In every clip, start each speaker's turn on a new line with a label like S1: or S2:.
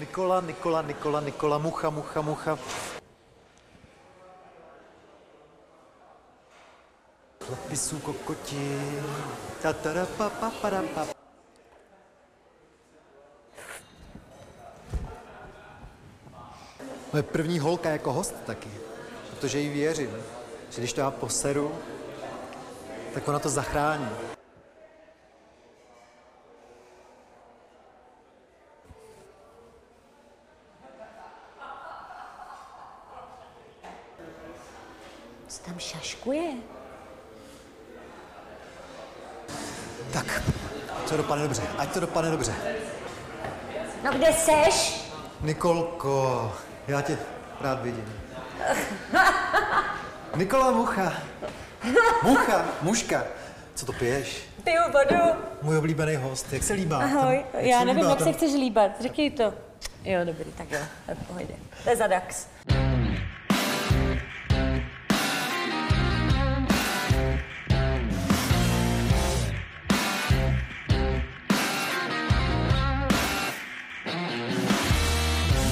S1: Nikola, Nikola, Nikola, Nikola, mucha, mucha, mucha. Chlapisů kokoti. Tatara, pa, pa, para, pa. Moje první holka jako host taky, protože jí věřím, že když to já poseru, tak ona to zachrání.
S2: Co tam šaškuje?
S1: Tak, co dopadne dobře, ať to dopadne dobře.
S2: No kde seš?
S1: Nikolko, já tě rád vidím. Nikola Mucha. Mucha, muška. Co to piješ?
S2: Ty vodu.
S1: Můj oblíbený host, jak se líbá?
S2: Ahoj,
S1: Tam- jak
S2: já
S1: se
S2: nevím,
S1: líbá
S2: jak se
S1: tam?
S2: chceš líbat. Řekni to. Jo, dobrý, tak jo, tak v pohodě. To je zadax.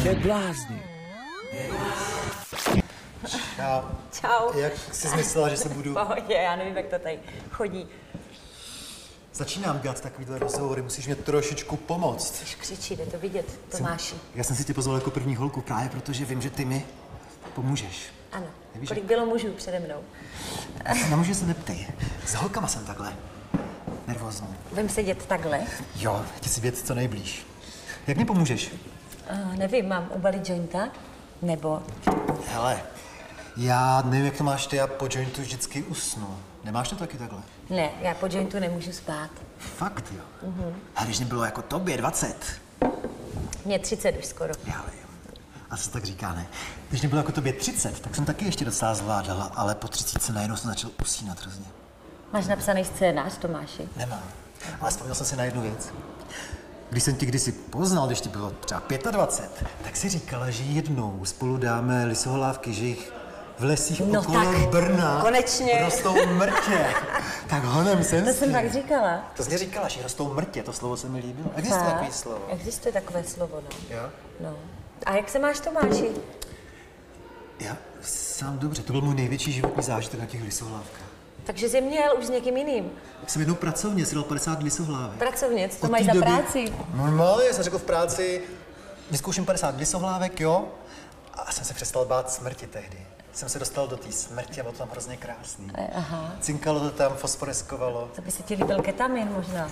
S3: Neblázni.
S1: Čau.
S2: Čau.
S1: Jak jsi myslela, že se budu...
S2: V pohodě, já nevím, jak to tady chodí.
S1: Začínám dělat takovýhle rozhovory, musíš mě trošičku pomoct.
S2: Už křičí, jde to vidět, Tomáši.
S1: Já jsem si tě pozval jako první holku právě proto, že vím, že ty mi pomůžeš.
S2: Ano.
S1: Nevíš,
S2: Kolik bylo mužů přede mnou?
S1: Na muže se neptej. S holkama jsem takhle. Nervózní.
S2: Vem sedět takhle.
S1: Jo, chci si věc co nejblíž. Jak mi pomůžeš?
S2: Uh, nevím, mám ubalit jointa? Nebo
S1: Hele, já nevím, jak to máš ty, já po jointu vždycky usnu. Nemáš to taky takhle?
S2: ne, já po jointu nemůžu spát.
S1: Fakt jo. Mm-hmm. A když mi bylo jako tobě 20.
S2: Mě 30 už skoro.
S1: Já vím. A co se tak říká, ne? Když mi bylo jako tobě 30, tak jsem taky ještě docela zvládala, ale po 30 se najednou jsem začal usínat hrozně.
S2: Máš napsaný scénář, Tomáši?
S1: Nemám. Ale vzpomněl jsem si na jednu věc. Když jsem tě kdysi poznal, když ti bylo třeba 25, tak si říkala, že jednou spolu dáme lisohlávky, že jich v lesích
S2: No
S1: okolo
S2: tak,
S1: Brna
S2: konečně.
S1: rostou mrtě. tak honem jsem
S2: To
S1: s
S2: jsem
S1: tím.
S2: tak říkala.
S1: To jsi mě říkala, že rostou mrtě, to slovo se mi líbilo. Existuje
S2: Fakt?
S1: takové slovo.
S2: Existuje takové slovo, no.
S1: Jo?
S2: no. A jak se máš, Tomáši?
S1: Já sám dobře, to byl můj největší životní zážitek na těch lisohlávkách.
S2: Takže jsi měl už s někým jiným.
S1: Jsem jednou pracovně si dal 50 lisohlávek.
S2: Pracovně, co to
S1: Od té
S2: mají za
S1: doby-
S2: práci?
S1: Normálně jsem řekl v práci, vyzkouším 50 lisohlávek, jo? A jsem se přestal bát smrti tehdy. Jsem se dostal do té smrti a bylo to tam hrozně krásný.
S2: Aha.
S1: Cinkalo to tam, fosforeskovalo.
S2: To by se ti líbil ketamin možná.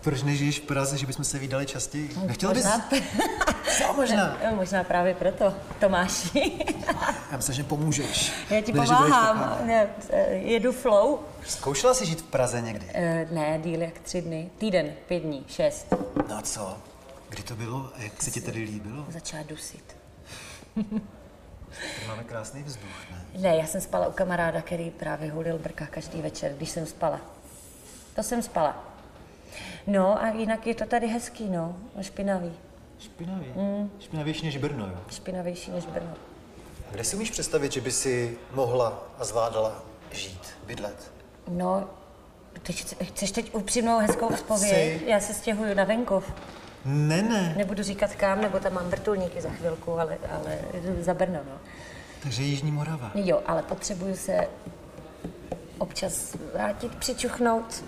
S1: Proč nežiješ v Praze, že bychom se vydali častěji? Nechtěla bys?
S2: No, Možná,
S1: Co možná?
S2: jo, možná právě proto, Tomáši.
S1: Já myslím, že pomůžeš.
S2: Já
S1: Ne, že
S2: ti
S1: budeš taková.
S2: pomáhám. Ne, eh, jedu flow.
S1: Zkoušela jsi žít v Praze někdy?
S2: Eh, Ne, díl jak tři dny. Týden, pět dní, šest.
S1: No a co? Kdy to bylo? A Jak se ti tady líbilo?
S2: Začala dusit.
S1: Tady máme krásný vzduch, ne?
S2: Ne, já jsem spala u kamaráda, který právě hulil brka každý večer, když jsem spala. To jsem spala. No a jinak je to tady hezký, no. Špinavý.
S1: Špinavý. Mm. Špinavější než Brno, jo?
S2: Špinavější než Brno.
S1: Kde si umíš představit, že by si mohla a zvládala žít, bydlet?
S2: No, teď, chce- chceš teď upřímnou hezkou odpověď?
S1: Chci.
S2: Já se stěhuju na venkov.
S1: Ne, ne.
S2: Nebudu říkat kam, nebo tam mám vrtulníky za chvilku, ale, ale za Brno, no.
S1: Takže Jižní Morava.
S2: Jo, ale potřebuju se občas vrátit, přičuchnout,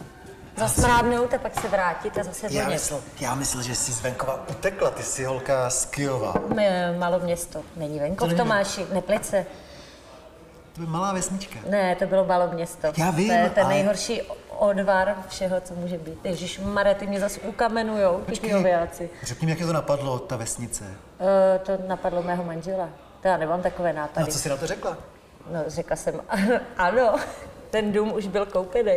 S2: zasmrádnout a pak se vrátit a zase
S1: Já
S2: zvonět.
S1: myslel, já myslel, že jsi z venkova utekla, ty jsi holka z Kyjova.
S2: M- Malo město, není
S1: To
S2: venkov,
S1: není-
S2: Tomáši, Neplice.
S1: To je malá vesnička.
S2: Ne, to bylo malo město.
S1: Já vím,
S2: To je ten
S1: ale-
S2: nejhorší odvar všeho, co může být. Ježíš Mare, ty mě zase ukamenujou, ty knihoviáci.
S1: Řekni mi, jak tě to napadlo, ta vesnice.
S2: E, to napadlo mého manžela. To já nemám takové
S1: No,
S2: nápady.
S1: co jsi na to řekla?
S2: No, řekla jsem, ano, ten dům už byl koupený.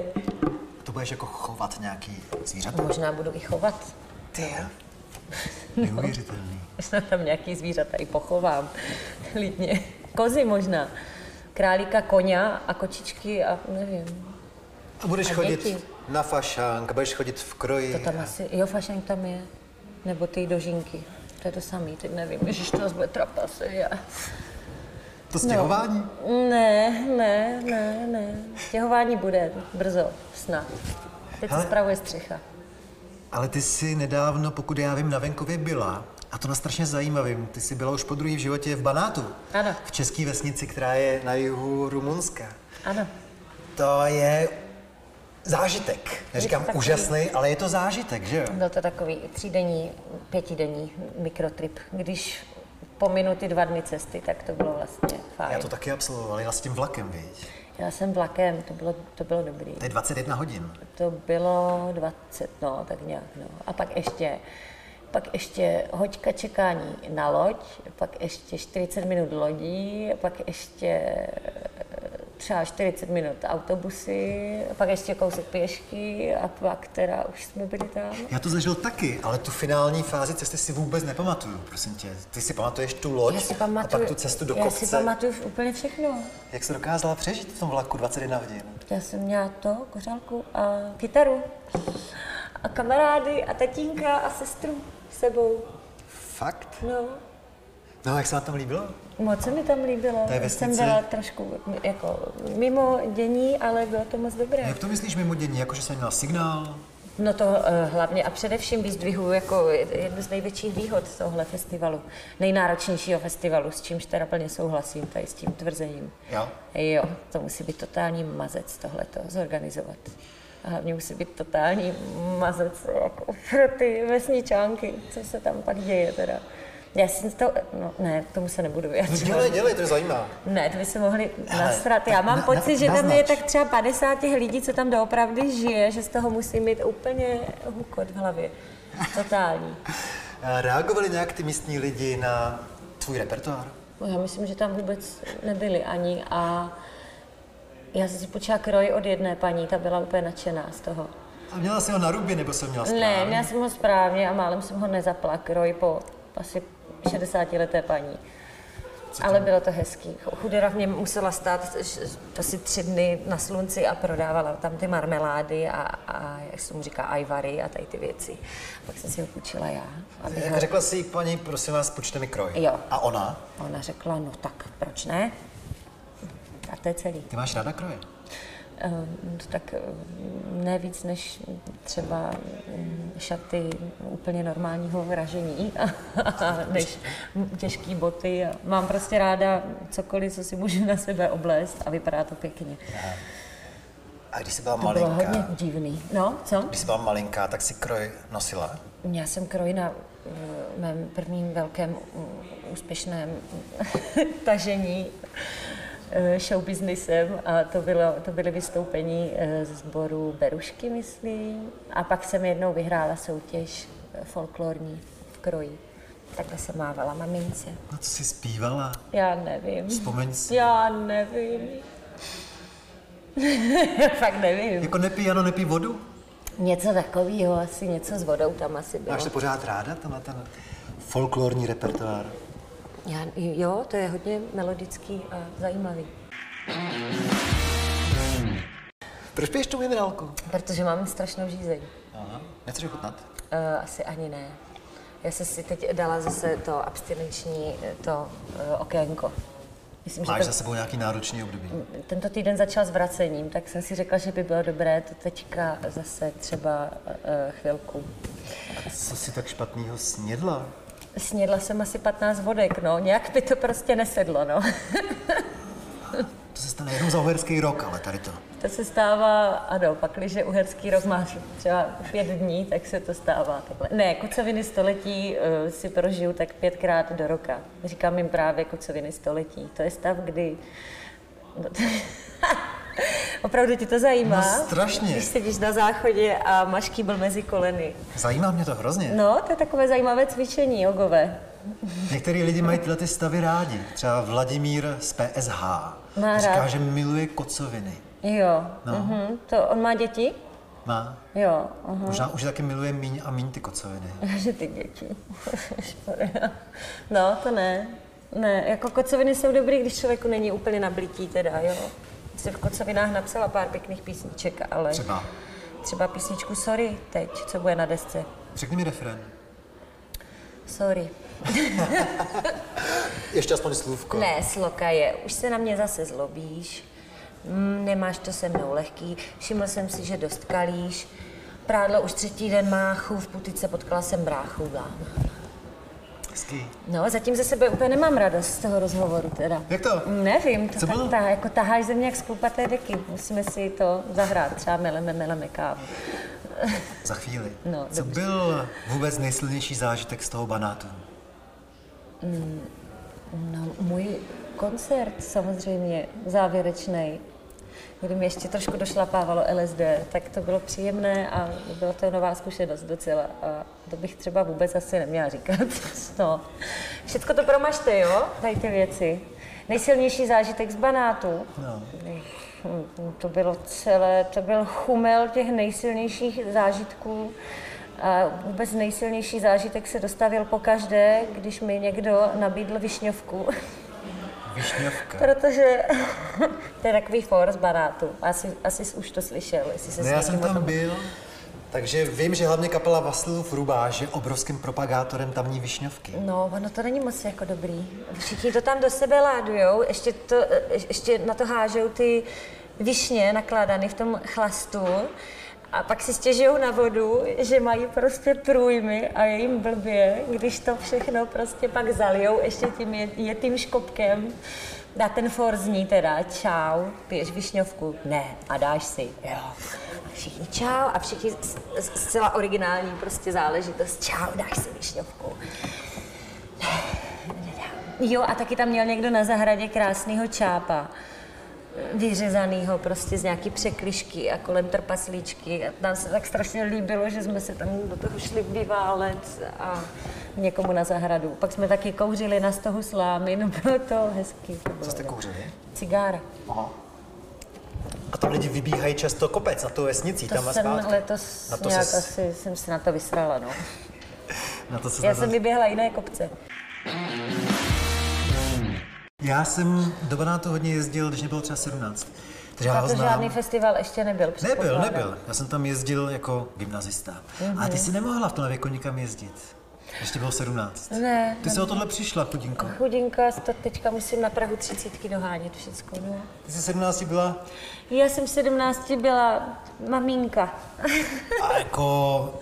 S1: To budeš jako chovat nějaký zvířata?
S2: Možná budu i chovat.
S1: Ty jo. Neuvěřitelný.
S2: Snad tam nějaký zvířata i pochovám. Lidně. Kozy možná. Králíka, koně a kočičky a nevím.
S1: A budeš
S2: A
S1: chodit
S2: děti?
S1: na fašánk, budeš chodit v kroji.
S2: To tam asi, jo, fašenk tam je. Nebo ty dožinky. To je to samý, teď nevím, ježiš, to zase bude trapasy. Já.
S1: To stěhování? No.
S2: Ne, ne, ne, ne. Stěhování bude brzo, snad. Teď se
S1: Hele.
S2: spravuje střecha.
S1: Ale ty jsi nedávno, pokud já vím, na venkově byla. A to na strašně zajímavým. Ty jsi byla už po druhý v životě v Banátu.
S2: Ano.
S1: V české vesnici, která je na jihu Rumunska.
S2: Ano.
S1: To je zážitek. Neříkám
S2: takový- No.
S1: úžasný, ale je to zážitek, že jo?
S2: Byl to takový třídenní, pětidenní mikrotrip. Když pominu ty dva dny cesty, tak to bylo vlastně fajn.
S1: Já to taky absolvoval, já s tím vlakem, víš.
S2: Já jsem vlakem, to bylo, to bylo dobrý.
S1: To je 21 hodin.
S2: To bylo 20, no, tak nějak, no. A pak ještě, pak ještě hoďka čekání na loď, pak ještě 40 minut lodí, pak ještě eh, třeba 40 minut autobusy, pak ještě kousek pěšky a pak teda už jsme byli tam.
S1: Já to zažil taky, ale tu finální fázi cesty si vůbec nepamatuju, prosím tě. Ty si pamatuješ tu loď
S2: Já si
S1: a
S2: pamatuju,
S1: pak tu cestu do
S2: já
S1: kopce.
S2: si pamatuju úplně všechno.
S1: Jak jsi dokázala přežít v tom vlaku 21 hodin?
S2: Já jsem měla to, kořálku a kytaru a kamarády a tatínka a sestru s sebou.
S1: Fakt?
S2: No,
S1: No, jak se vám tam líbilo?
S2: Moc se mi tam líbilo.
S1: To je vesnice.
S2: Jsem byla trošku jako mimo dění, ale bylo to moc dobré.
S1: Jak to myslíš mimo dění, jakože jsem měla signál?
S2: No to eh, hlavně a především vyzdvihuji jako jednu z největších výhod tohle festivalu. Nejnáročnějšího festivalu, s čímž teda plně souhlasím tady s tím tvrzením.
S1: Jo.
S2: Jo, to musí být totální mazec tohleto zorganizovat. A hlavně musí být totální mazec jako pro ty vesničánky, co se tam pak děje teda. Já jsem to, no ne, k tomu se nebudu vyjadřovat.
S1: No, dělej, to je zajímá.
S2: Ne, to by se mohli
S1: Hele,
S2: nasrat. Já
S1: tak
S2: mám
S1: na-
S2: pocit,
S1: na-
S2: že tam je
S1: naznač.
S2: tak třeba 50 těch lidí, co tam doopravdy žije, že z toho musí mít úplně hukot v hlavě. Totální.
S1: Reagovali nějak ty místní lidi na tvůj repertoár?
S2: No, Já myslím, že tam vůbec nebyli ani a já jsem si počala kroj od jedné paní, ta byla úplně nadšená z toho.
S1: A měla jsi ho na rubě, nebo jsem měla
S2: Ne,
S1: správně?
S2: měla jsem ho správně a málem jsem ho nezapla kroj po asi 60 leté paní. Ale bylo to hezký. Chudera v něm musela stát š- asi tři dny na slunci a prodávala tam ty marmelády a, a jak se mu říká, ajvary a tady ty věci. Pak jsem si ho půjčila já. Abych ho...
S1: Jak řekla si paní, prosím vás, počte mi kroj.
S2: Jo.
S1: A ona?
S2: Ona řekla, no tak proč ne? A to je celý.
S1: Ty máš ráda kroje?
S2: Ehm, tak ehm, ne víc než třeba mm, šaty úplně normálního ražení, než těžké boty. a Mám prostě ráda cokoliv, co si můžu na sebe oblézt a vypadá to pěkně.
S1: A když jsi byla
S2: To bylo
S1: malinká,
S2: hodně divný. No, co?
S1: když jsi byla malinká, tak si kroj nosila?
S2: Já jsem kroj na eh, mém prvním velkém eh, úspěšném tažení eh, showbiznisem a to, bylo, to byly vystoupení eh, z sboru Berušky, myslím. A pak jsem jednou vyhrála soutěž eh, folklorní v kroji. Takhle se mávala mamince.
S1: No, co jsi zpívala?
S2: Já nevím.
S1: Vzpomeň si.
S2: Já nevím. Fakt nevím.
S1: Jako nepí jano, nepí vodu?
S2: Něco takového, asi něco s vodou tam asi bylo.
S1: Máš to pořád ráda, tenhle ten folklorní repertoár?
S2: Já, jo, to je hodně melodický a zajímavý.
S1: Proč piješ tu minerálku?
S2: Protože mám strašnou žízeň.
S1: Aha. Nechceš ochutnat?
S2: Uh, asi ani ne. Já jsem si teď dala zase to abstinenční eh, to uh, okénko. Myslím,
S1: Máš
S2: že
S1: za sebou nějaký náročný období.
S2: to, tento týden začal s vracením, tak jsem si řekla, že by bylo dobré to teďka zase třeba uh, chvilku.
S1: Co si tak špatného snědla?
S2: Snědla jsem asi 15 vodek, no. Nějak by to prostě nesedlo, no.
S1: To se stane jenom za uherský rok, ale tady to.
S2: To se stává, ano, pakliže uherský rok máš třeba pět dní, tak se to stává takhle. Ne, kucoviny století uh, si prožiju tak pětkrát do roka. Říkám jim právě kucoviny století. To je stav, kdy... No, to... Opravdu ti to zajímá?
S1: No, strašně.
S2: Když sedíš na záchodě a máš kýbl mezi koleny.
S1: Zajímá mě to hrozně.
S2: No, to je takové zajímavé cvičení jogové.
S1: Některý lidi mají tyhle ty stavy rádi. Třeba Vladimír z PSH.
S2: Má
S1: říká,
S2: rád.
S1: že miluje kocoviny.
S2: Jo,
S1: No.
S2: mhm. to on má děti?
S1: Má.
S2: Jo, aha.
S1: Možná už taky miluje míň a míň ty kocoviny.
S2: Že ty děti. no, to ne. Ne, jako kocoviny jsou dobrý, když člověku není úplně nablití teda, jo. Jsi v kocovinách napsala pár pěkných písniček, ale
S1: Třeba.
S2: třeba písničku Sorry teď, co bude na desce.
S1: Řekni mi refren.
S2: Sorry.
S1: Ještě aspoň slůvko.
S2: Ne, sloka je, už se na mě zase zlobíš, mm, nemáš to se mnou lehký, všiml jsem si, že dost kalíš, Prádlo už třetí den má chův, putice potkala jsem bráchu. blá, blá.
S1: Hezký.
S2: No, zatím ze sebe úplně nemám radost z toho rozhovoru teda.
S1: Jak to?
S2: Nevím, to
S1: Co bylo?
S2: tak, ta, jako taháš ze mě jak z klupaté deky. Musíme si to zahrát, třeba meleme, meleme kávu.
S1: Za chvíli.
S2: No,
S1: Co
S2: dobře.
S1: byl vůbec nejsilnější zážitek z toho banátu?
S2: No, můj koncert samozřejmě, závěrečný, kdy mi ještě trošku došlapávalo LSD, tak to bylo příjemné a byla to nová zkušenost docela. A to bych třeba vůbec asi neměla říkat. No. Všechno to promažte, jo? Tady ty věci. Nejsilnější zážitek z Banátu.
S1: No.
S2: Hm, To bylo celé, to byl chumel těch nejsilnějších zážitků. A vůbec nejsilnější zážitek se dostavil pokaždé, když mi někdo nabídl višňovku.
S1: Višňovka.
S2: Protože to je takový for z banátu. Asi, asi už to slyšel, jestli se
S1: Ne, No, já jsem tam byl, takže vím, že hlavně kapela Vasilův Rubáš je obrovským propagátorem tamní višňovky.
S2: No, ono to není moc jako dobrý. Všichni to tam do sebe ládujou, ještě, to, eh, ještě na to hážou ty višně nakládány v tom chlastu a pak si stěžují na vodu, že mají prostě průjmy a je jim blbě, když to všechno prostě pak zalijou ještě tím je- jetým škopkem. Dá ten for zní teda, čau, piješ višňovku? Ne, a dáš si, jo. Všichni čau a všichni s- s- zcela originální prostě záležitost, čau, dáš si višňovku. Jo, a taky tam měl někdo na zahradě krásného čápa. Vyřezanýho prostě z nějaký překlišky a kolem trpaslíčky. A nám se tak strašně líbilo, že jsme se tam do toho šli vyválet a někomu na zahradu. Pak jsme taky kouřili na stohu slámy, no bylo to hezký. To bylo,
S1: Co jste
S2: no.
S1: kouřili?
S2: Cigára.
S1: Aha. A tam lidi vybíhají často kopec na tu vesnicí,
S2: To
S1: tam a
S2: jsem
S1: zpátky.
S2: letos
S1: na to
S2: nějak
S1: ses-
S2: asi jsem se na to vysrala, no.
S1: Na to se
S2: Já
S1: zna-
S2: jsem vyběhla jiné kopce.
S1: já jsem do Banátu hodně jezdil, když mě bylo třeba 17. Takže já ho
S2: Protože
S1: znám.
S2: žádný festival ještě nebyl.
S1: Nebyl,
S2: předpokládám.
S1: nebyl. Já jsem tam jezdil jako gymnazista. Mm-hmm.
S2: Mhm.
S1: A ty jsi nemohla v tomhle věku nikam jezdit. Když ti bylo 17.
S2: Ne,
S1: Ty jsi o tohle přišla, chudinko.
S2: Chudinka, to teďka musím na Prahu 30 dohánět všecko. No.
S1: Ty jsi 17 byla
S2: Já jsem v 17 byla maminka,
S1: a jako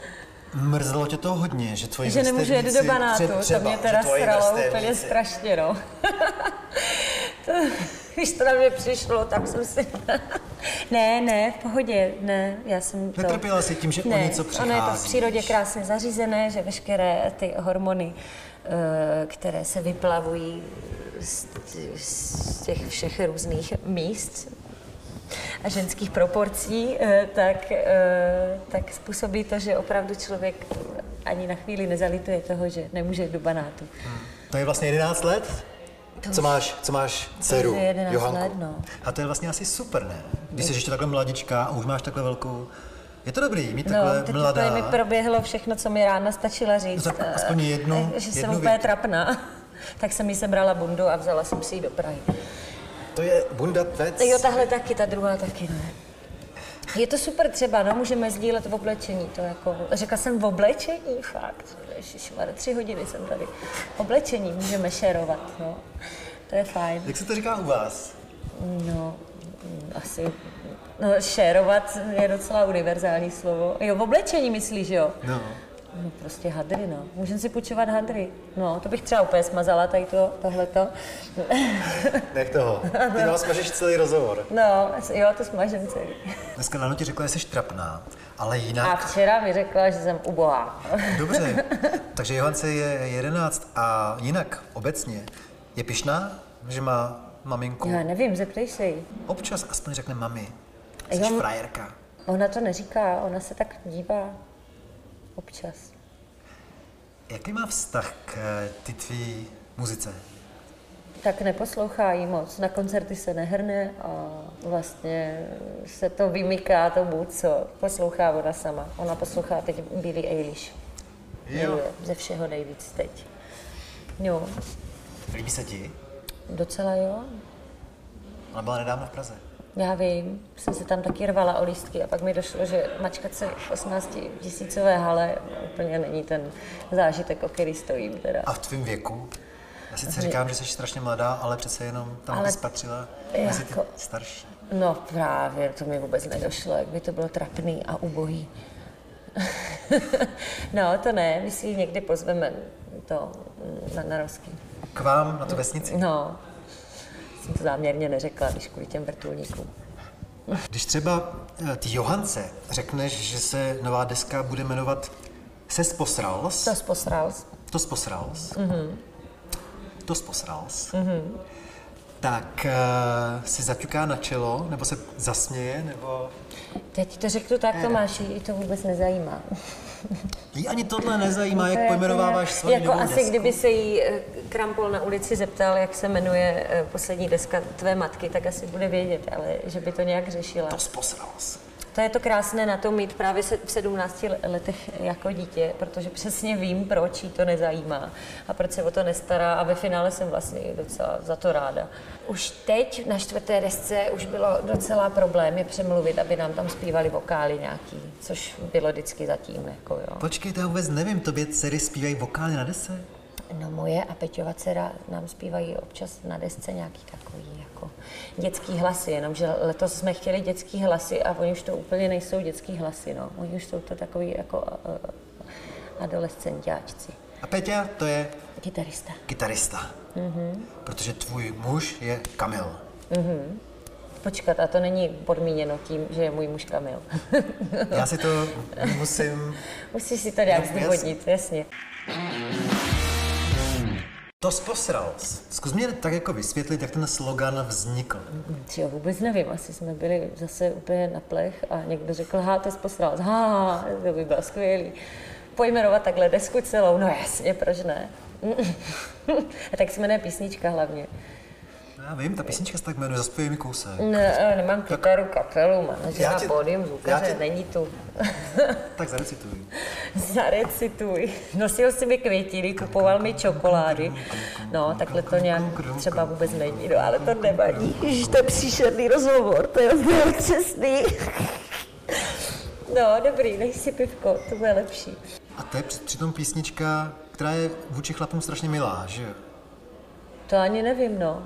S1: mrzelo tě to hodně, že tvoji
S2: že nemůžu jet do
S1: vrstevníci-
S2: banátu,
S1: tře- třeba,
S2: to mě
S1: že
S2: teda
S1: tvoji
S2: sralo úplně
S1: vrstevníci-
S2: strašně, no. to, když to na mě přišlo, tak jsem si... ne, ne, v pohodě, ne, já jsem to...
S1: Netrpěla jsi tím, že o něco
S2: ono je to v
S1: přicházíš.
S2: přírodě krásně zařízené, že veškeré ty hormony, eh, které se vyplavují z, z těch všech různých míst a ženských proporcí, eh, tak, eh, tak způsobí to, že opravdu člověk ani na chvíli nezalituje toho, že nemůže jít do banátu.
S1: To je vlastně 11 let?
S2: To
S1: Co
S2: už-
S1: máš, co máš dceru,
S2: je 11
S1: Johanku?
S2: let, no.
S1: A to je vlastně asi super, ne? Když jsi ještě takhle mladička a už máš takhle velkou... Je to dobrý, mít No, takhle
S2: No, teď
S1: mladá...
S2: úplně mi proběhlo všechno, co mi ráno stačila
S1: No
S2: říct.
S1: tak
S2: eh,
S1: aspoň jednu-
S2: eh, Že jsem
S1: jednu
S2: úplně
S1: větu.
S2: trapná. tak jsem jí sebrala bundu a vzala jsem si ji do Prahy.
S1: To je bunda tvec.
S2: Jo, tahle taky, ta druhá taky ne. Je to super třeba, no, můžeme sdílet v oblečení, to jako, řekla jsem v oblečení, fakt, ježišmar, tři hodiny jsem tady. Oblečení můžeme šerovat, no, to je fajn.
S1: Jak se to říká u vás?
S2: No, mm, asi, no, šerovat je docela univerzální slovo. Jo, v oblečení myslíš, jo?
S1: No.
S2: No prostě hadry, no. Můžeme si půjčovat hadry. No, to bych třeba úplně smazala, tady to, tohleto.
S1: Nech toho. Ty nás mažeš celý rozhovor.
S2: No, jo, to smažem celý.
S1: Dneska ráno ti řekla, že jsi trapná, ale
S2: A
S1: jinak...
S2: včera mi řekla, že jsem ubohá.
S1: Dobře. Takže Johance je 11 a jinak obecně je pišná, že má maminku.
S2: Já nevím, zeptej se jí.
S1: Občas aspoň řekne mami. Jsi
S2: Jo.
S1: frajerka.
S2: Ona to neříká, ona se tak dívá. Občas.
S1: Jaký má vztah k eh, ty tvý muzice?
S2: Tak neposlouchá jí moc, na koncerty se nehrne a vlastně se to vymyká tomu, co poslouchá ona sama. Ona poslouchá teď Billie Eilish. Miluje Ze všeho nejvíc teď. Jo,
S1: Líbí se ti?
S2: docela jo.
S1: Ona byla nedávno v Praze.
S2: Já vím, jsem se tam taky rvala o lístky a pak mi došlo, že mačkat se v 18 tisícové hale úplně není ten zážitek, o který stojím teda.
S1: A v tvém věku? Já sice říkám, že jsi strašně mladá, ale přece jenom tam
S2: Ale-
S1: ale... spatřila mezi ty
S2: Jako-
S1: starší.
S2: No právě, to mi vůbec nedošlo, jak by to bylo trapný a ubohý. no, to ne, my si ji někdy pozveme to mm, na, na Rovský.
S1: K vám na tu vesnici?
S2: No, jsem to záměrně neřekla, když kvůli těm vrtulníkům.
S1: Když třeba eh, ty Johance řekneš, že se nová deska bude jmenovat Ses posrals,
S2: To jsi posral.
S1: to posrals, mm-hmm.
S2: Mhm.
S1: to posrals, mm-hmm. tak uh, si zaťuká na čelo, nebo se zasměje, nebo...
S2: Teď to řeknu tak, Tomáši, ji to vůbec nezajímá.
S1: Jí ani tohle nezajímá,
S2: To
S1: jak
S2: je
S1: pojmenováváš
S2: jako-
S1: svoji
S2: Jako
S1: novou
S2: asi
S1: desku.
S2: kdyby se jí eh, Krampol na ulici zeptal, jak se jmenuje eh, poslední deska tvé matky, tak asi bude vědět, ale že by to nějak řešila.
S1: To posrals.
S2: To je to krásné na tom mít právě se- v 17 letech jako dítě, protože přesně vím, proč jí to nezajímá a proč se o to nestará a ve finále jsem vlastně i docela za to ráda. Už teď na čtvrté desce už bylo docela problém je přemluvit, aby nám tam zpívali vokály nějaký, což bylo vždycky zatím, jako jo.
S1: Počkejte, já vůbec nevím, tobě dcery zpívají vokály na dese?
S2: No moje a Peťova dcera nám zpívají občas na desce nějaký takový jako dětský hlasy, jenomže letos jsme chtěli dětský hlasy a oni už to úplně nejsou dětský hlasy, no. Oni už jsou to takový jako uh, adolescentáčci.
S1: A Peťa, to je
S2: Kytarista.
S1: kytarista. Mm-hmm.
S2: Mhm.
S1: Protože tvůj muž je Kamil.
S2: Počkat, a to není podmíněno tím, že je můj muž Kamil.
S1: Já si to musím...
S2: Musíš si to nějak
S1: No, jasně.
S2: zdůvodnit, jasně.
S1: To posral. Zkus mě tak jako vysvětlit, jak ten slogan vznikl.
S2: Či jo, vůbec nevím, asi jsme byli zase úplně na plech a někdo řekl, há, to posral, há, to by bylo skvělý. Pojmenovat takhle desku celou, no jasně, proč ne? a tak se jmenuje písnička hlavně.
S1: No Já vím, ta písnička se tak jmenuje, zaspívej mi kousek.
S2: Ne, ale nemám kytaru, kapelu,
S1: No, Já
S2: manažera,
S1: ti-
S2: pódium,
S1: já
S2: zvukaře,
S1: ti-
S2: není tu.
S1: Tak zarecituji.
S2: Zarecituj. Nosil si mi květiny, kupoval mi čokolády. No, takhle to nějak třeba vůbec není, no, ale to nevadí. Ježiš, to je příšerný rozhovor, to je úplně přesný. No, dobrý, nech si pivko, to bude lepší.
S1: A to je při- přitom písnička, která je vůči chlapům strašně milá, že jo?
S2: To ani nevím, no.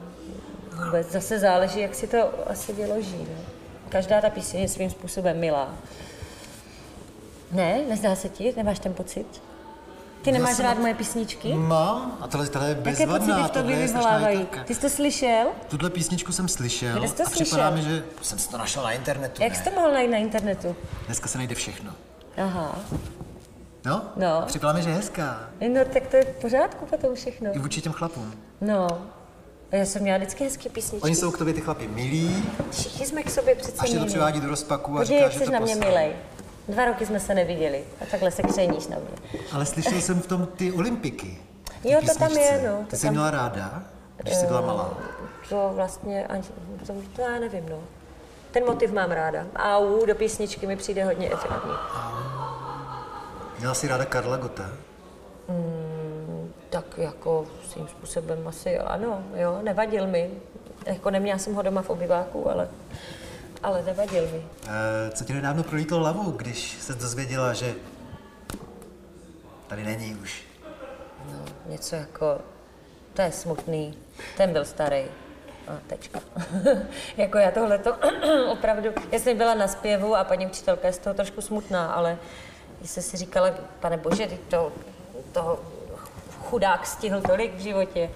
S2: Vůbec zase záleží, jak si to asi vyloží, no. Každá ta píseň je svým způsobem milá. Ne, nezdá se ti? Nemáš ten pocit? Ty nemáš
S1: jsem-
S2: rád moje písničky?
S1: Mám, a tohle, tohle je
S2: Jaké pocity
S1: bezvadná,
S2: jako v tobě
S1: tohle je strašná
S2: vyvolávají?
S1: italka.
S2: Ty jsi to slyšel?
S1: Tuhle písničku jsem slyšel
S2: Kde jsi to
S1: a připadá
S2: slyšel?
S1: mi, že jsem si to našel na internetu.
S2: Jak
S1: ne?
S2: jsi to mohl najít na internetu?
S1: Dneska se najde všechno.
S2: Aha.
S1: No?
S2: No.
S1: Připadá mi, že je hezká.
S2: No tak to je v pořádku potom všechno.
S1: I vůči těm chlapům.
S2: No. A Já jsem měla vždycky hezké písničky.
S1: Oni jsou k tobě ty chlapi milí,
S2: Všichni jsme k sobě přece
S1: až tě to
S2: milí.
S1: přivádí do rozpaku a
S2: Podívej,
S1: říká,
S2: jak
S1: že
S2: jsi
S1: to
S2: na mě
S1: posral.
S2: milej. Dva roky jsme se neviděli a takhle se křeníš na mě.
S1: Ale slyšel jsem v tom ty olympiky. ty
S2: Jo, to tam
S1: písničce.
S2: je, no, to
S1: Ty jsi
S2: tam- Eh.
S1: měla ráda, když jsi byla malá.
S2: To vlastně ani, to, to já nevím, no. Ten motiv mám ráda. Au, do písničky mi přijde hodně efektní.
S1: Měla jsi ráda Karla Gota.
S2: Tak jako svým způsobem asi ano, jo, nevadil mi. Jako neměla jsem ho doma v obyváku, ale, ale nevadil mi.
S1: Eh, Co ti nedávno prolítlo lavou, když se dozvěděla, že tady není už.
S2: No, něco jako, to je smutný, ten byl starý. A tečka. jako já tohle to opravdu, já jsem byla na zpěvu a paní učitelka je z toho trošku smutná, ale jsem si říkala, pane bože, teď to, toho chudák stihl tolik v životě.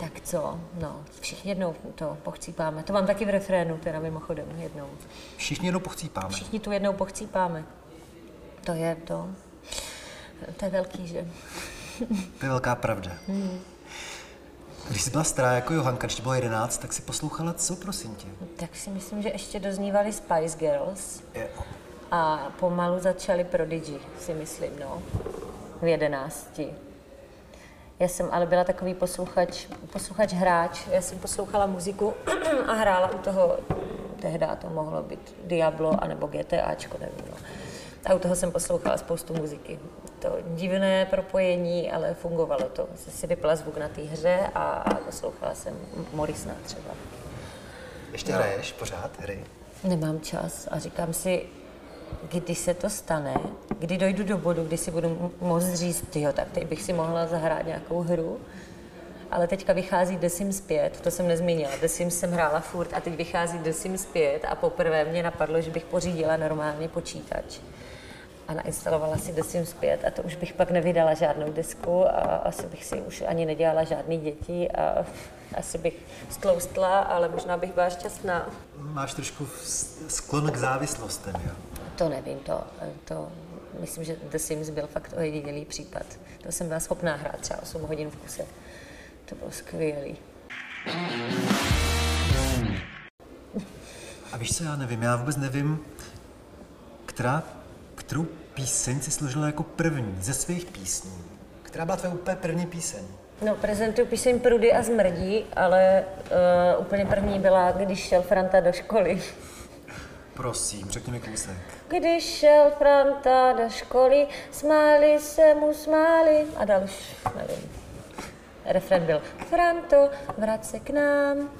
S2: Tak co, no, všichni jednou to pochcípáme. To mám taky v refrénu, teda mimochodem, jednou.
S1: Všichni jenom pochcípáme.
S2: Všichni tu jednou pochcípáme. To je to, to je velký, že?
S1: To je velká pravda. Když jsi byla stará jako Johanka, když ti bylo 11, tak si poslouchala co, prosím tě?
S2: Tak si myslím, že ještě doznívali Spice Girls
S1: Je-
S2: a pomalu začali Prodigy, si myslím, no. V jedenácti. Já jsem ale byla takový posluchač, posluchač hráč. Já jsem poslouchala muziku a hrála u toho, tehdy to mohlo být Diablo anebo GTAčko, nevím, no. A u toho jsem poslouchala spoustu muziky. To divné propojení, ale fungovalo to. Jsem si vypla zvuk na té hře a, a poslouchala jsem Morisna třeba.
S1: Ještě hraješ pořád hry?
S2: Nemám čas a říkám si, kdy se to stane, kdy dojdu do bodu, kdy si budu m- moct říct, jo, tak teď bych si mohla zahrát nějakou hru. Ale teďka vychází The Sims 5, to jsem nezmínila. The Sims jsem hrála furt a teď vychází The Sims 5 a poprvé mě napadlo, že bych pořídila normálně počítač. A a nainstalovala si The Sims 5 a to už bych pak nevydala žádnou desku a asi bych si už ani nedělala žádný děti a asi bych stloustla, ale možná bych byla šťastná.
S1: Máš trošku s- sklon k závislostem, jo?
S2: To nevím, to, to myslím, že The Sims byl fakt ojedinělý případ. To jsem byla schopná hrát třeba 8 hodin v kuse. To bylo skvělý.
S1: A víš co, já nevím, já vůbec nevím, která, kterou píseň si složila jako první ze svých písní. Která byla tvoje úplně první píseň?
S2: No, prezentuju píseň Prudy a zmrdí, ale uh, úplně první byla, když šel Franta do školy.
S1: Prosím, řekni mi kousek.
S2: Když šel Franta do školy, smáli se mu smáli. A dál už nevím. Refren byl Franto, vrát se k nám.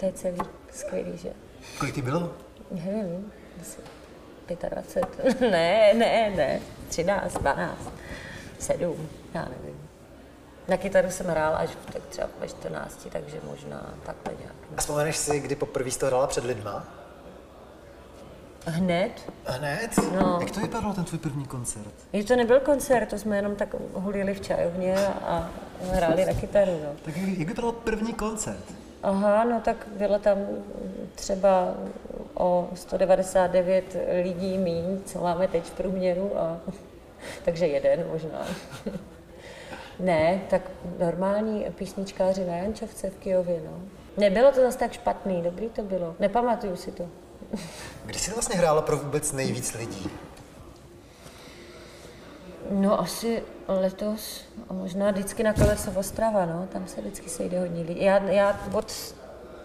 S2: To je celý skvělý, že?
S1: Kolik ti bylo?
S2: Nevím, asi 25. ne, ne, ne. 13, 12, 7, já nevím. Na kytaru jsem hrál až v, tak třeba ve 14, takže možná takhle nějak. no.
S1: A vzpomeneš si, kdy poprvé jsi to hrála před lidma?
S2: Hned?
S1: Hned?
S2: No.
S1: Jak to vypadalo, ten tvůj první koncert?
S2: Je to nebyl koncert, to jsme jenom tak hulili v čajovně a hráli na kytaru, no.
S1: Tak jak, jak vypadal první koncert?
S2: Aha, no tak bylo tam třeba o 199 lidí míň, co máme teď v průměru, a, takže jeden možná. ne, tak normální písničkáři na Jančovce v Kijově, no. Nebylo to zase tak špatný, dobrý to bylo. Nepamatuju si to.
S1: Kdy jsi vlastně hrála pro vůbec nejvíc lidí?
S2: No asi letos a možná vždycky na koleso Ostrava, no, tam se vždycky sejde hodně lidí. Já, já od,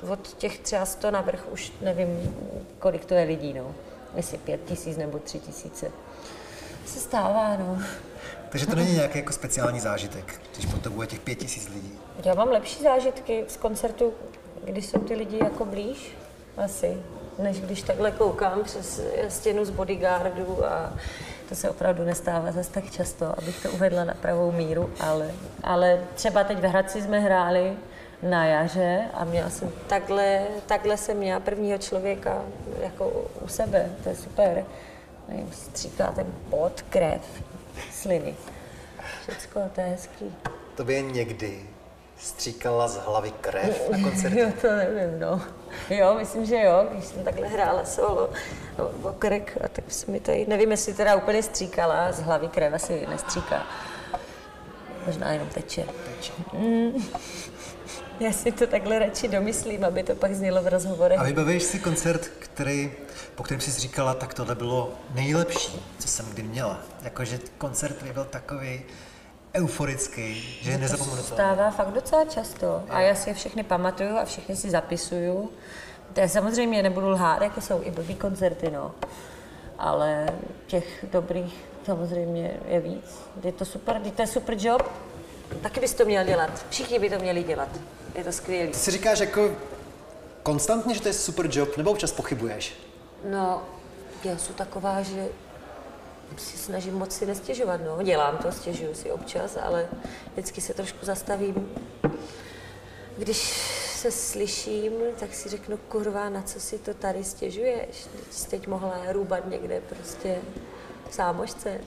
S2: od těch třeba 100 navrch už nevím, kolik to je lidí, no. Jestli pět tisíc nebo tři tisíce. Se stává, no.
S1: Takže to není nějaký jako speciální zážitek, když potřebuje těch pět tisíc lidí.
S2: Já mám lepší zážitky z koncertu, kdy jsou ty lidi jako blíž, asi, než když takhle koukám přes stěnu z bodyguardu a to se opravdu nestává zase tak často, abych to uvedla na pravou míru, ale, ale třeba teď v Hradci jsme hráli na jaře a měla jsem takhle, takhle jsem měla prvního člověka jako u sebe, to je super. Nevím, stříká ten pot, krev, sliny. Všecko, to je hezký.
S1: To by je někdy stříkala z hlavy krev
S2: Jo, to nevím, no. Jo, myslím, že jo, když jsem takhle hrála solo, o- o krk, a tak se mi tady, nevím, jestli teda úplně stříkala, z hlavy krev asi nestříká. Možná jenom teče. Mm. Já si to takhle radši domyslím, aby to pak znělo v rozhovorech.
S1: A vybavíš si koncert, který, po kterém jsi říkala, tak tohle bylo nejlepší, co jsem kdy měla. Jakože koncert který byl takový euforický, že je nezapomenutelný.
S2: Stává fakt docela často. A já si je všechny pamatuju a všechny si zapisuju. To je samozřejmě, nebudu lhát, jako jsou i blbý koncerty, no. Ale těch dobrých samozřejmě je víc. Je to super, je to je super job. Taky bys to měl dělat. Všichni by to měli dělat. Je to skvělý.
S1: Ty si říkáš jako konstantně, že to je super job, nebo občas pochybuješ?
S2: No, já jsem taková, že si snažím moc si nestěžovat, no. Dělám to, stěžuju si občas, ale vždycky se trošku zastavím. Když se slyším, tak si řeknu, kurva, na co si to tady stěžuješ? Teď jsi teď mohla růbat někde prostě v sámošce.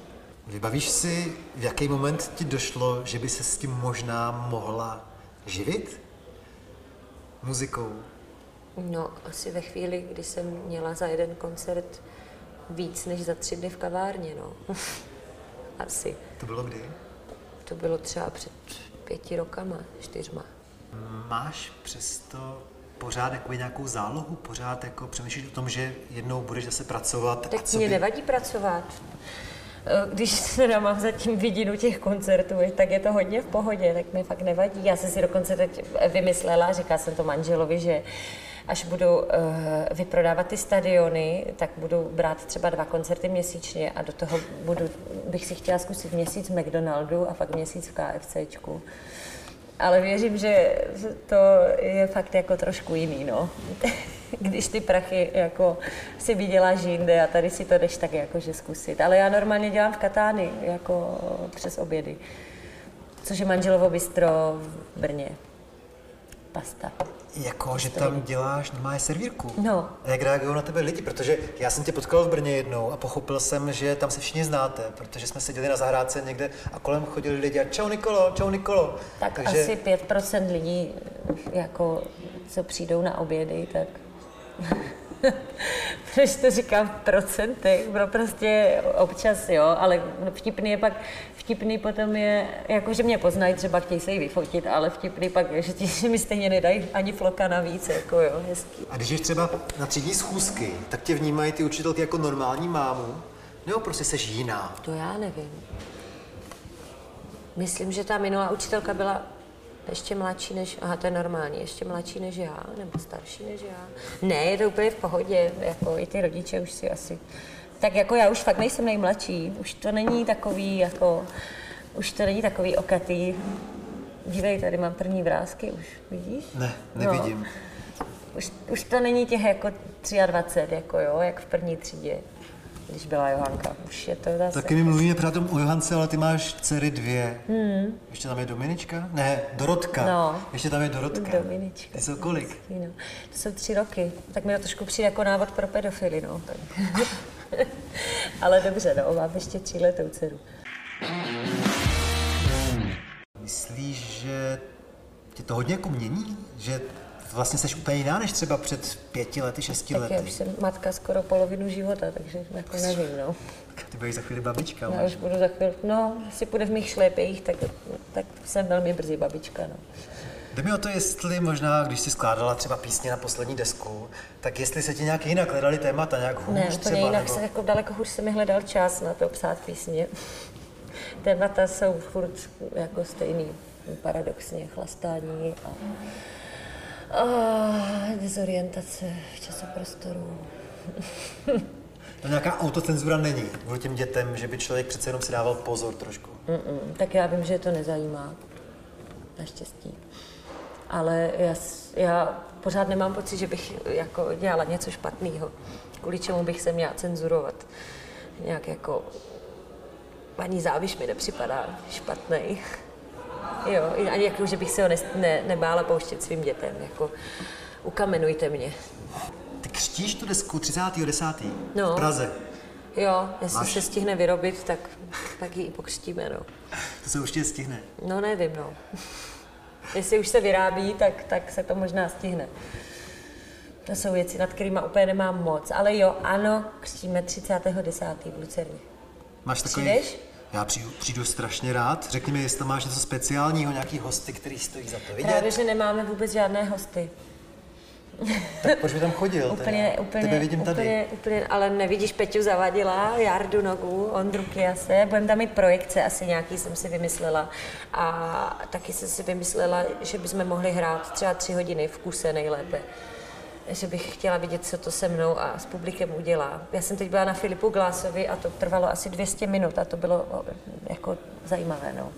S1: Vybavíš si, v jaký moment ti došlo, že by se s tím možná mohla živit? Muzikou.
S2: No, asi ve chvíli, kdy jsem měla za jeden koncert víc než za tři dny v kavárně, no. asi.
S1: To bylo kdy?
S2: To bylo třeba před pěti rokama, čtyřma.
S1: Máš přesto pořád jako nějakou zálohu, pořád jako přemýšlíš o tom, že jednou budeš zase pracovat a
S2: Tak
S1: co
S2: mě
S1: by...
S2: nevadí pracovat. E, Když teda mám zatím vidinu těch koncertů, tak je to hodně v pohodě, tak mi fakt nevadí. Já jsem si dokonce teď eh, vymyslela, říká jsem to manželovi, že až budu uh, vyprodávat ty stadiony, tak budu brát třeba dva koncerty měsíčně a do toho budu, bych si chtěla zkusit měsíc v McDonaldu a pak měsíc v KFCčku. Ale věřím, že to je fakt jako trošku jiný, no. Když ty prachy jako si vyděláš jinde a tady si to jdeš tak jako, že zkusit. Ale já normálně dělám v Katány, jako přes obědy. Což je manželovo bistro v Brně. pasta.
S1: Jako, že tam děláš normálně servírku.
S2: No.
S1: A jak reagují na tebe lidi, protože já jsem tě potkal v Brně jednou a pochopil jsem, že tam se všichni znáte, protože jsme seděli na zahrádce někde a kolem chodili lidi a čau Nikolo, čau Nikolo.
S2: Tak Takže... asi 5% lidí, jako, co přijdou na obědy, tak... Proč to říkám v procentech? No prostě občas jo, ale vtipný je pak, vtipný potom je, jako že mě poznají, třeba chtějí se jí vyfotit, ale vtipný pak je, že, ti, že mi stejně nedají ani floka navíc, jako jo, hezký.
S1: A když jsi třeba na třídní schůzky, tak tě vnímají ty učitelky jako normální mámu, nebo prostě seš jiná?
S2: To já nevím. Myslím, že ta minulá učitelka byla ještě mladší než, aha, to je normální, ještě mladší než já, nebo starší než já. Ne, je to úplně v pohodě, jako i ty rodiče už si asi. Tak jako já už fakt nejsem nejmladší, už to není takový, jako, už to není takový okatý. Dívej, tady mám první vrázky už, vidíš?
S1: Ne, nevidím. No.
S2: Už, už to není těch jako 23, jako jo, jak v první třídě, když byla Johanka. Už je to zase...
S1: Taky mi mluvíme přátelům o Johance, ale ty máš dcery dvě. Hmm. Ještě tam je Dominička? Ne, Dorotka.
S2: No.
S1: Ještě tam je Dorotka.
S2: Dominička.
S1: Ty jsou kolik?
S2: Hezký, No. To jsou tři roky, tak mi to trošku přijde jako návod pro pedofily, no. tak. Ale dobře, no, mám ještě tříletou dceru.
S1: Myslíš, že tě to hodně jako mění? Že vlastně seš úplně jiná než třeba před pěti lety, šesti
S2: Tak já
S1: lety?
S2: už jsem matka skoro polovinu života, takže jako nevím, no.
S1: Ty budeš za chvíli babička.
S2: Já
S1: ale-
S2: už budu za chvíli, no, jestli půjde v mých šlépejích, tak, tak jsem velmi brzy babička, no.
S1: Jde mi o to, jestli možná, když jsi skládala třeba písně na poslední desku, tak jestli se ti nějak jinak hledali témata, nějak hůř
S2: Ne, úplně
S1: třeba,
S2: jinak
S1: nebo...
S2: se jako daleko hůř se mi hledal čas na to psát písně. Témata jsou furt jako stejný, paradoxně, chlastání a, a dezorientace v časoprostoru.
S1: To nějaká autocenzura není vůči těm dětem, že by člověk přece jenom si dával pozor trošku.
S2: Mm-mm, Mm, tak já vím, že je to nezajímá. Naštěstí. Ale já, s- já pořád nemám pocit, že bych jako dělala něco špatného, kvůli čemu bych se měla cenzurovat. Nějak jako... Ani záviš mi nepřipadá špatný. Jo, i- ani jako, že bych se ho ne, ne, nebála pouštět svým dětem. Jako, ukamenujte mě.
S1: Ty křtíš tu desku 30.10.
S2: No.
S1: v Praze.
S2: Jo, jestli
S1: Máš-
S2: se stihne vyrobit, tak, tak ji i pokřtíme, no.
S1: To se určitě stihne.
S2: No nevím, no. Jestli už se vyrábí, tak, tak se to možná stihne. To jsou věci, nad kterými úplně nemám moc. Ale jo, ano, křtíme 30.10. v Lucerně.
S1: Máš takový...
S2: Přijdeš?
S1: Já přijdu, přijdu strašně rád. Řekni mi, jestli tam máš něco speciálního, nějaký hosty, který stojí za to vidět.
S2: Právě, že nemáme vůbec žádné hosty.
S1: Tak proč by tam chodil?
S2: Úplně,
S1: teda?
S2: úplně,
S1: Tebe vidím
S2: úplně,
S1: tady.
S2: úplně, ale nevidíš Peťu Zavadila, Jardu Nogu, Ondru Kiase, budeme tam mít projekce asi nějaký, jsem si vymyslela. A taky jsem si vymyslela, že bychom mohli hrát třeba tři hodiny v kuse nejlépe. Že bych chtěla vidět, co to se mnou a s publikem udělá. Já jsem teď byla na Filipu Glásovi a to trvalo asi 200 minut a to bylo o, jako zajímavé, no.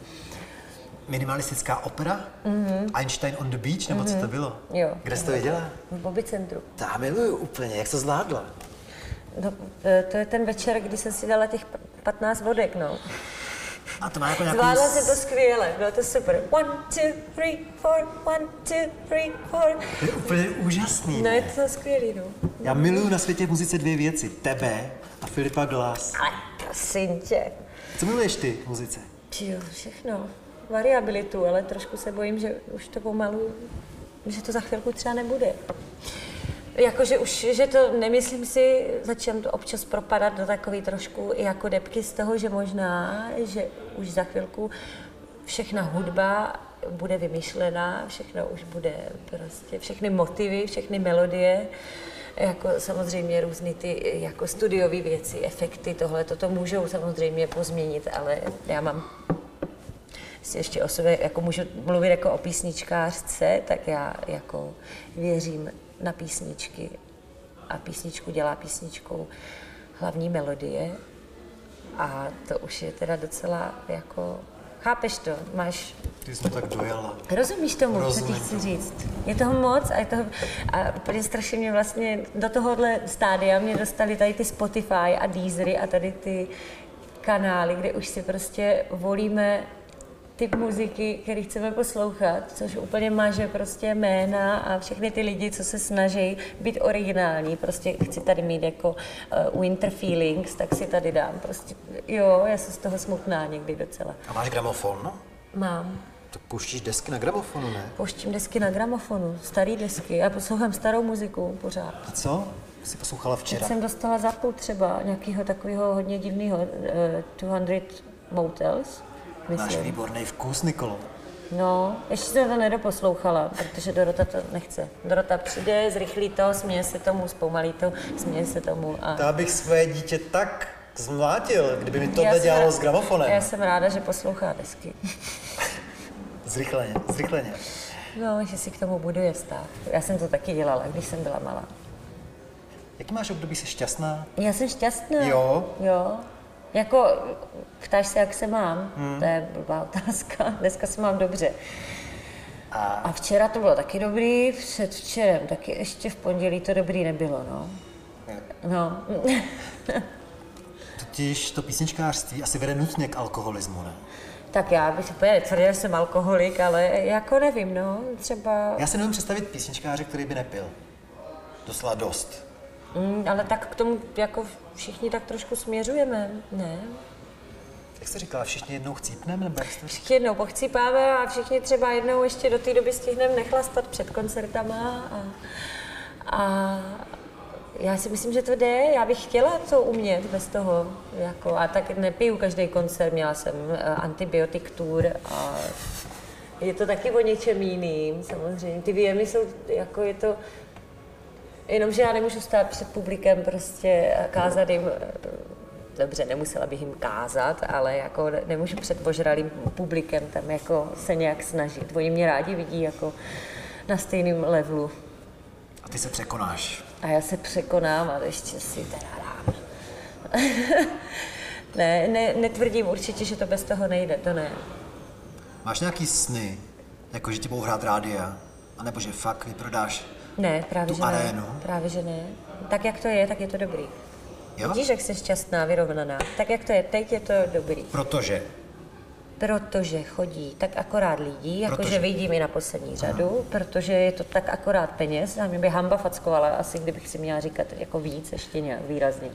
S1: Minimalistická opera? Mm-hmm. Einstein on the beach? Nebo mm-hmm. co to bylo?
S2: Mhm. Jo.
S1: Kde jsi to viděla?
S2: V Bobby centru.
S1: To já miluju úplně, jak jsi to zvládla?
S2: No, e, to je ten večer, kdy jsem si dala těch p- 15 vodek, no.
S1: A to má jako nějakou...
S2: Zvládla se to skvěle, bylo to super. One, two, three, four, one, two, three, four.
S1: To je úplně úžasný.
S2: No je
S1: ne?
S2: to skvělý, no.
S1: Já miluju na světě v muzice dvě věci. Tebe a Filipa Glass.
S2: Ale prosím tě.
S1: Co miluješ ty v muzice?
S2: Piju, všechno. Variabilitu, ale trošku se bojím, že už to pomalu, že to za chvilku třeba nebude. Jakože už, že to nemyslím si, začínám to občas propadat do takový trošku i jako depky z toho, že možná, že už za chvilku všechna hudba bude vymyšlená, všechno už bude prostě, všechny motivy, všechny melodie, jako samozřejmě různé ty jako studiové věci, efekty, tohle, to můžou samozřejmě pozměnit, ale já mám si ještě o sobě, jako můžu mluvit jako o písničkářce, tak já jako věřím na písničky a písničku dělá písničkou hlavní melodie a to už je teda docela jako, chápeš to, máš
S1: Ty jsi mě tak dojela.
S2: Rozumíš tomu,
S1: Rozumím
S2: co ti chci
S1: tomu.
S2: říct? Je toho moc a je toho... A úplně strašně mě vlastně do tohohle stádia mě dostali tady ty Spotify a Deezery a tady ty kanály, kde už si prostě volíme typ muziky, který chceme poslouchat, což úplně má, že prostě jména a všechny ty lidi, co se snaží být originální, prostě chci tady mít jako uh, winter feelings, tak si tady dám. Prostě, jo, já jsem z toho smutná někdy docela.
S1: A máš gramofon? No?
S2: Mám.
S1: Tak pouštíš desky na gramofonu, ne?
S2: Pouštím desky na gramofonu, starý desky. Já poslouchám starou muziku pořád.
S1: A co jsi poslouchala
S2: Teď
S1: včera?
S2: jsem dostala za půl třeba nějakého takového hodně divného uh, 200 Motels,
S1: Máš
S2: myslím.
S1: výborný vkus, Nikolo.
S2: No, ještě jsem to nedoposlouchala, protože Dorota to nechce. Dorota přijde, zrychlí to, směje se tomu, zpomalí to, směje se tomu a...
S1: Já bych své dítě tak zmlátil, kdyby mi tohle
S2: Já jsem
S1: dělalo
S2: rá-
S1: s gramofonem.
S2: Já jsem ráda, že poslouchá desky.
S1: Zrychleně, zrychleně.
S2: No, že si k tomu buduje vztah. Já jsem to taky dělala, když jsem byla malá.
S1: Jaký máš období, jsi šťastná?
S2: Já jsem šťastná.
S1: Jo?
S2: Jo. Jako, ptáš se, jak se mám? Hmm. To je blbá otázka. Dneska se mám dobře.
S1: A-
S2: A včera to bylo taky dobrý, předvčerem taky ještě v pondělí to dobrý nebylo, no. No,
S1: Totiž to písničkářství asi vede nutně k alkoholismu, ne?
S2: tak já bych úplně netvrdila, že jsem alkoholik, ale jako nevím, no, třeba...
S1: Já si nemůžu představit písničkáře, který by nepil. Docela dost.
S2: Mm, ale tak k tomu jako všichni tak trošku směřujeme, ne?
S1: Jak jsi říkala, všichni jednou chcípneme, nebo jak jste...
S2: Všichni jednou pochcípáme a všichni třeba jednou ještě do té doby stihneme nechlastat před koncertama a, a já si myslím, že to jde, já bych chtěla to umět bez toho, jako, a tak nepiju každý koncert, měla jsem eh, antibiotik tour a je to taky o něčem jiným, samozřejmě, ty výjemy jsou, jako je to, Jenomže já nemůžu stát před publikem prostě a kázat jim, eh, dobře, nemusela bych jim kázat, ale jako ne- nemůžu před ožralým publikem tam jako se nějak snažit. Oni mě rádi vidí jako na stejném levelu.
S1: A ty se překonáš.
S2: A já se překonám, ale ještě si teda dám. ne, ne, netvrdím určitě, že to bez toho nejde, to ne.
S1: Máš nějaký sny, jako že ti budou hrát rádia, anebo že fakt vyprodáš,
S2: Ne, právě
S1: Tu no.
S2: že ne.
S1: arénu.
S2: Právě že ne. Tak jak to je, tak je to dobrý.
S1: jo?
S2: Vidíš, jak jsi šťastná, vyrovnaná. Tak jak to je teď, je to dobrý.
S1: Protože.
S2: Protože chodí tak akorát
S1: Protože.
S2: lidí, jakože vidím i na poslední řadu, protože je to tak akorát peněz. A mě by hamba fackovala asi, kdybych si měla říkat jako víc, ještě nějak výrazně.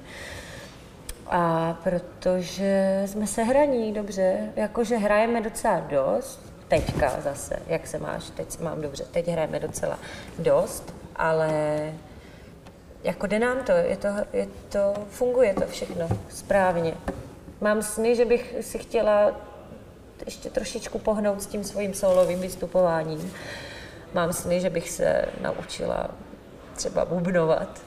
S2: A protože jsme se hraní dobře, jakože hrajeme docela dost, teďka zase, jak se máš, teď se mám dobře, teď hrajeme docela dost, ale jako jde nám to, je to, je to, funguje to všechno správně. Mám sny, že bych si chtěla ještě trošičku pohnout s tím svým solovým vystupováním. Mám sny, že bych se naučila třeba bubnovat.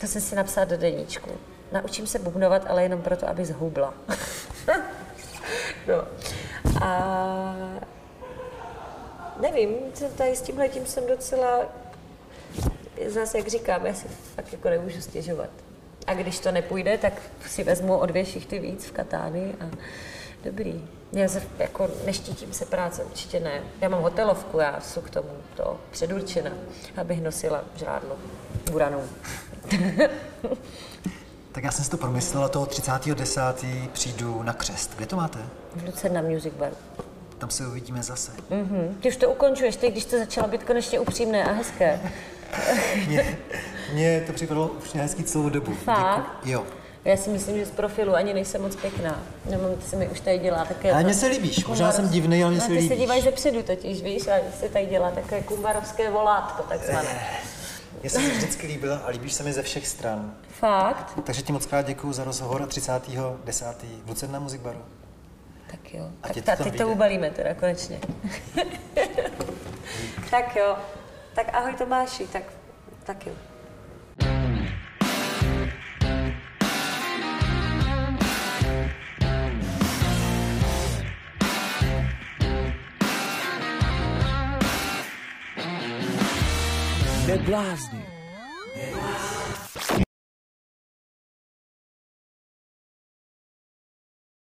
S2: To jsem si napsala do deníčku. Naučím se bubnovat, ale jenom proto, aby zhubla. no. A nevím, co tady s tímhletím jsem docela zase, jak říkám, já si fakt jako nemůžu stěžovat. A když to nepůjde, tak si vezmu o dvě šichty víc v Katány a dobrý. Já se jako neštítím se práce, určitě ne. Já mám hotelovku, já jsem k tomu to předurčena, abych nosila žrádlo buranů.
S1: Tak já jsem si to promyslela, toho 30.10. přijdu na křest. Kde to máte?
S2: V Lucerna Music Bar.
S1: Tam se uvidíme zase.
S2: Mhm. Ty už to ukončuješ, ty, když to začalo být konečně upřímné a hezké.
S1: Mně, mně to připadalo už hezký celou dobu.
S2: Fakt?
S1: Děku- Jo.
S2: Já si myslím, že z profilu ani nejsem moc pěkná. Nemám, ty se mi už tady dělá také.
S1: Ale
S2: to-
S1: mně se líbíš, možná
S2: kumarov-
S1: jsem divný, ale mně
S2: no,
S1: se
S2: ty se díváš
S1: líbíš.
S2: zepředu totiž, víš, a se tady dělá takové kumarovské volátko, takzvané.
S1: Mně se vždycky líbila a líbíš se mi ze všech stran.
S2: Fakt?
S1: Takže ti moc krát děkuji za rozhovor 30.10. v Lucerna Music Baru.
S2: Tak jo.
S1: A
S2: Tak
S1: tě to
S2: ta,
S1: tam
S2: teď to
S1: vyjde.
S2: ubalíme teda, konečně. tak jo. Tak ahoj Tomáši, tak, tak jo.
S3: neblázni.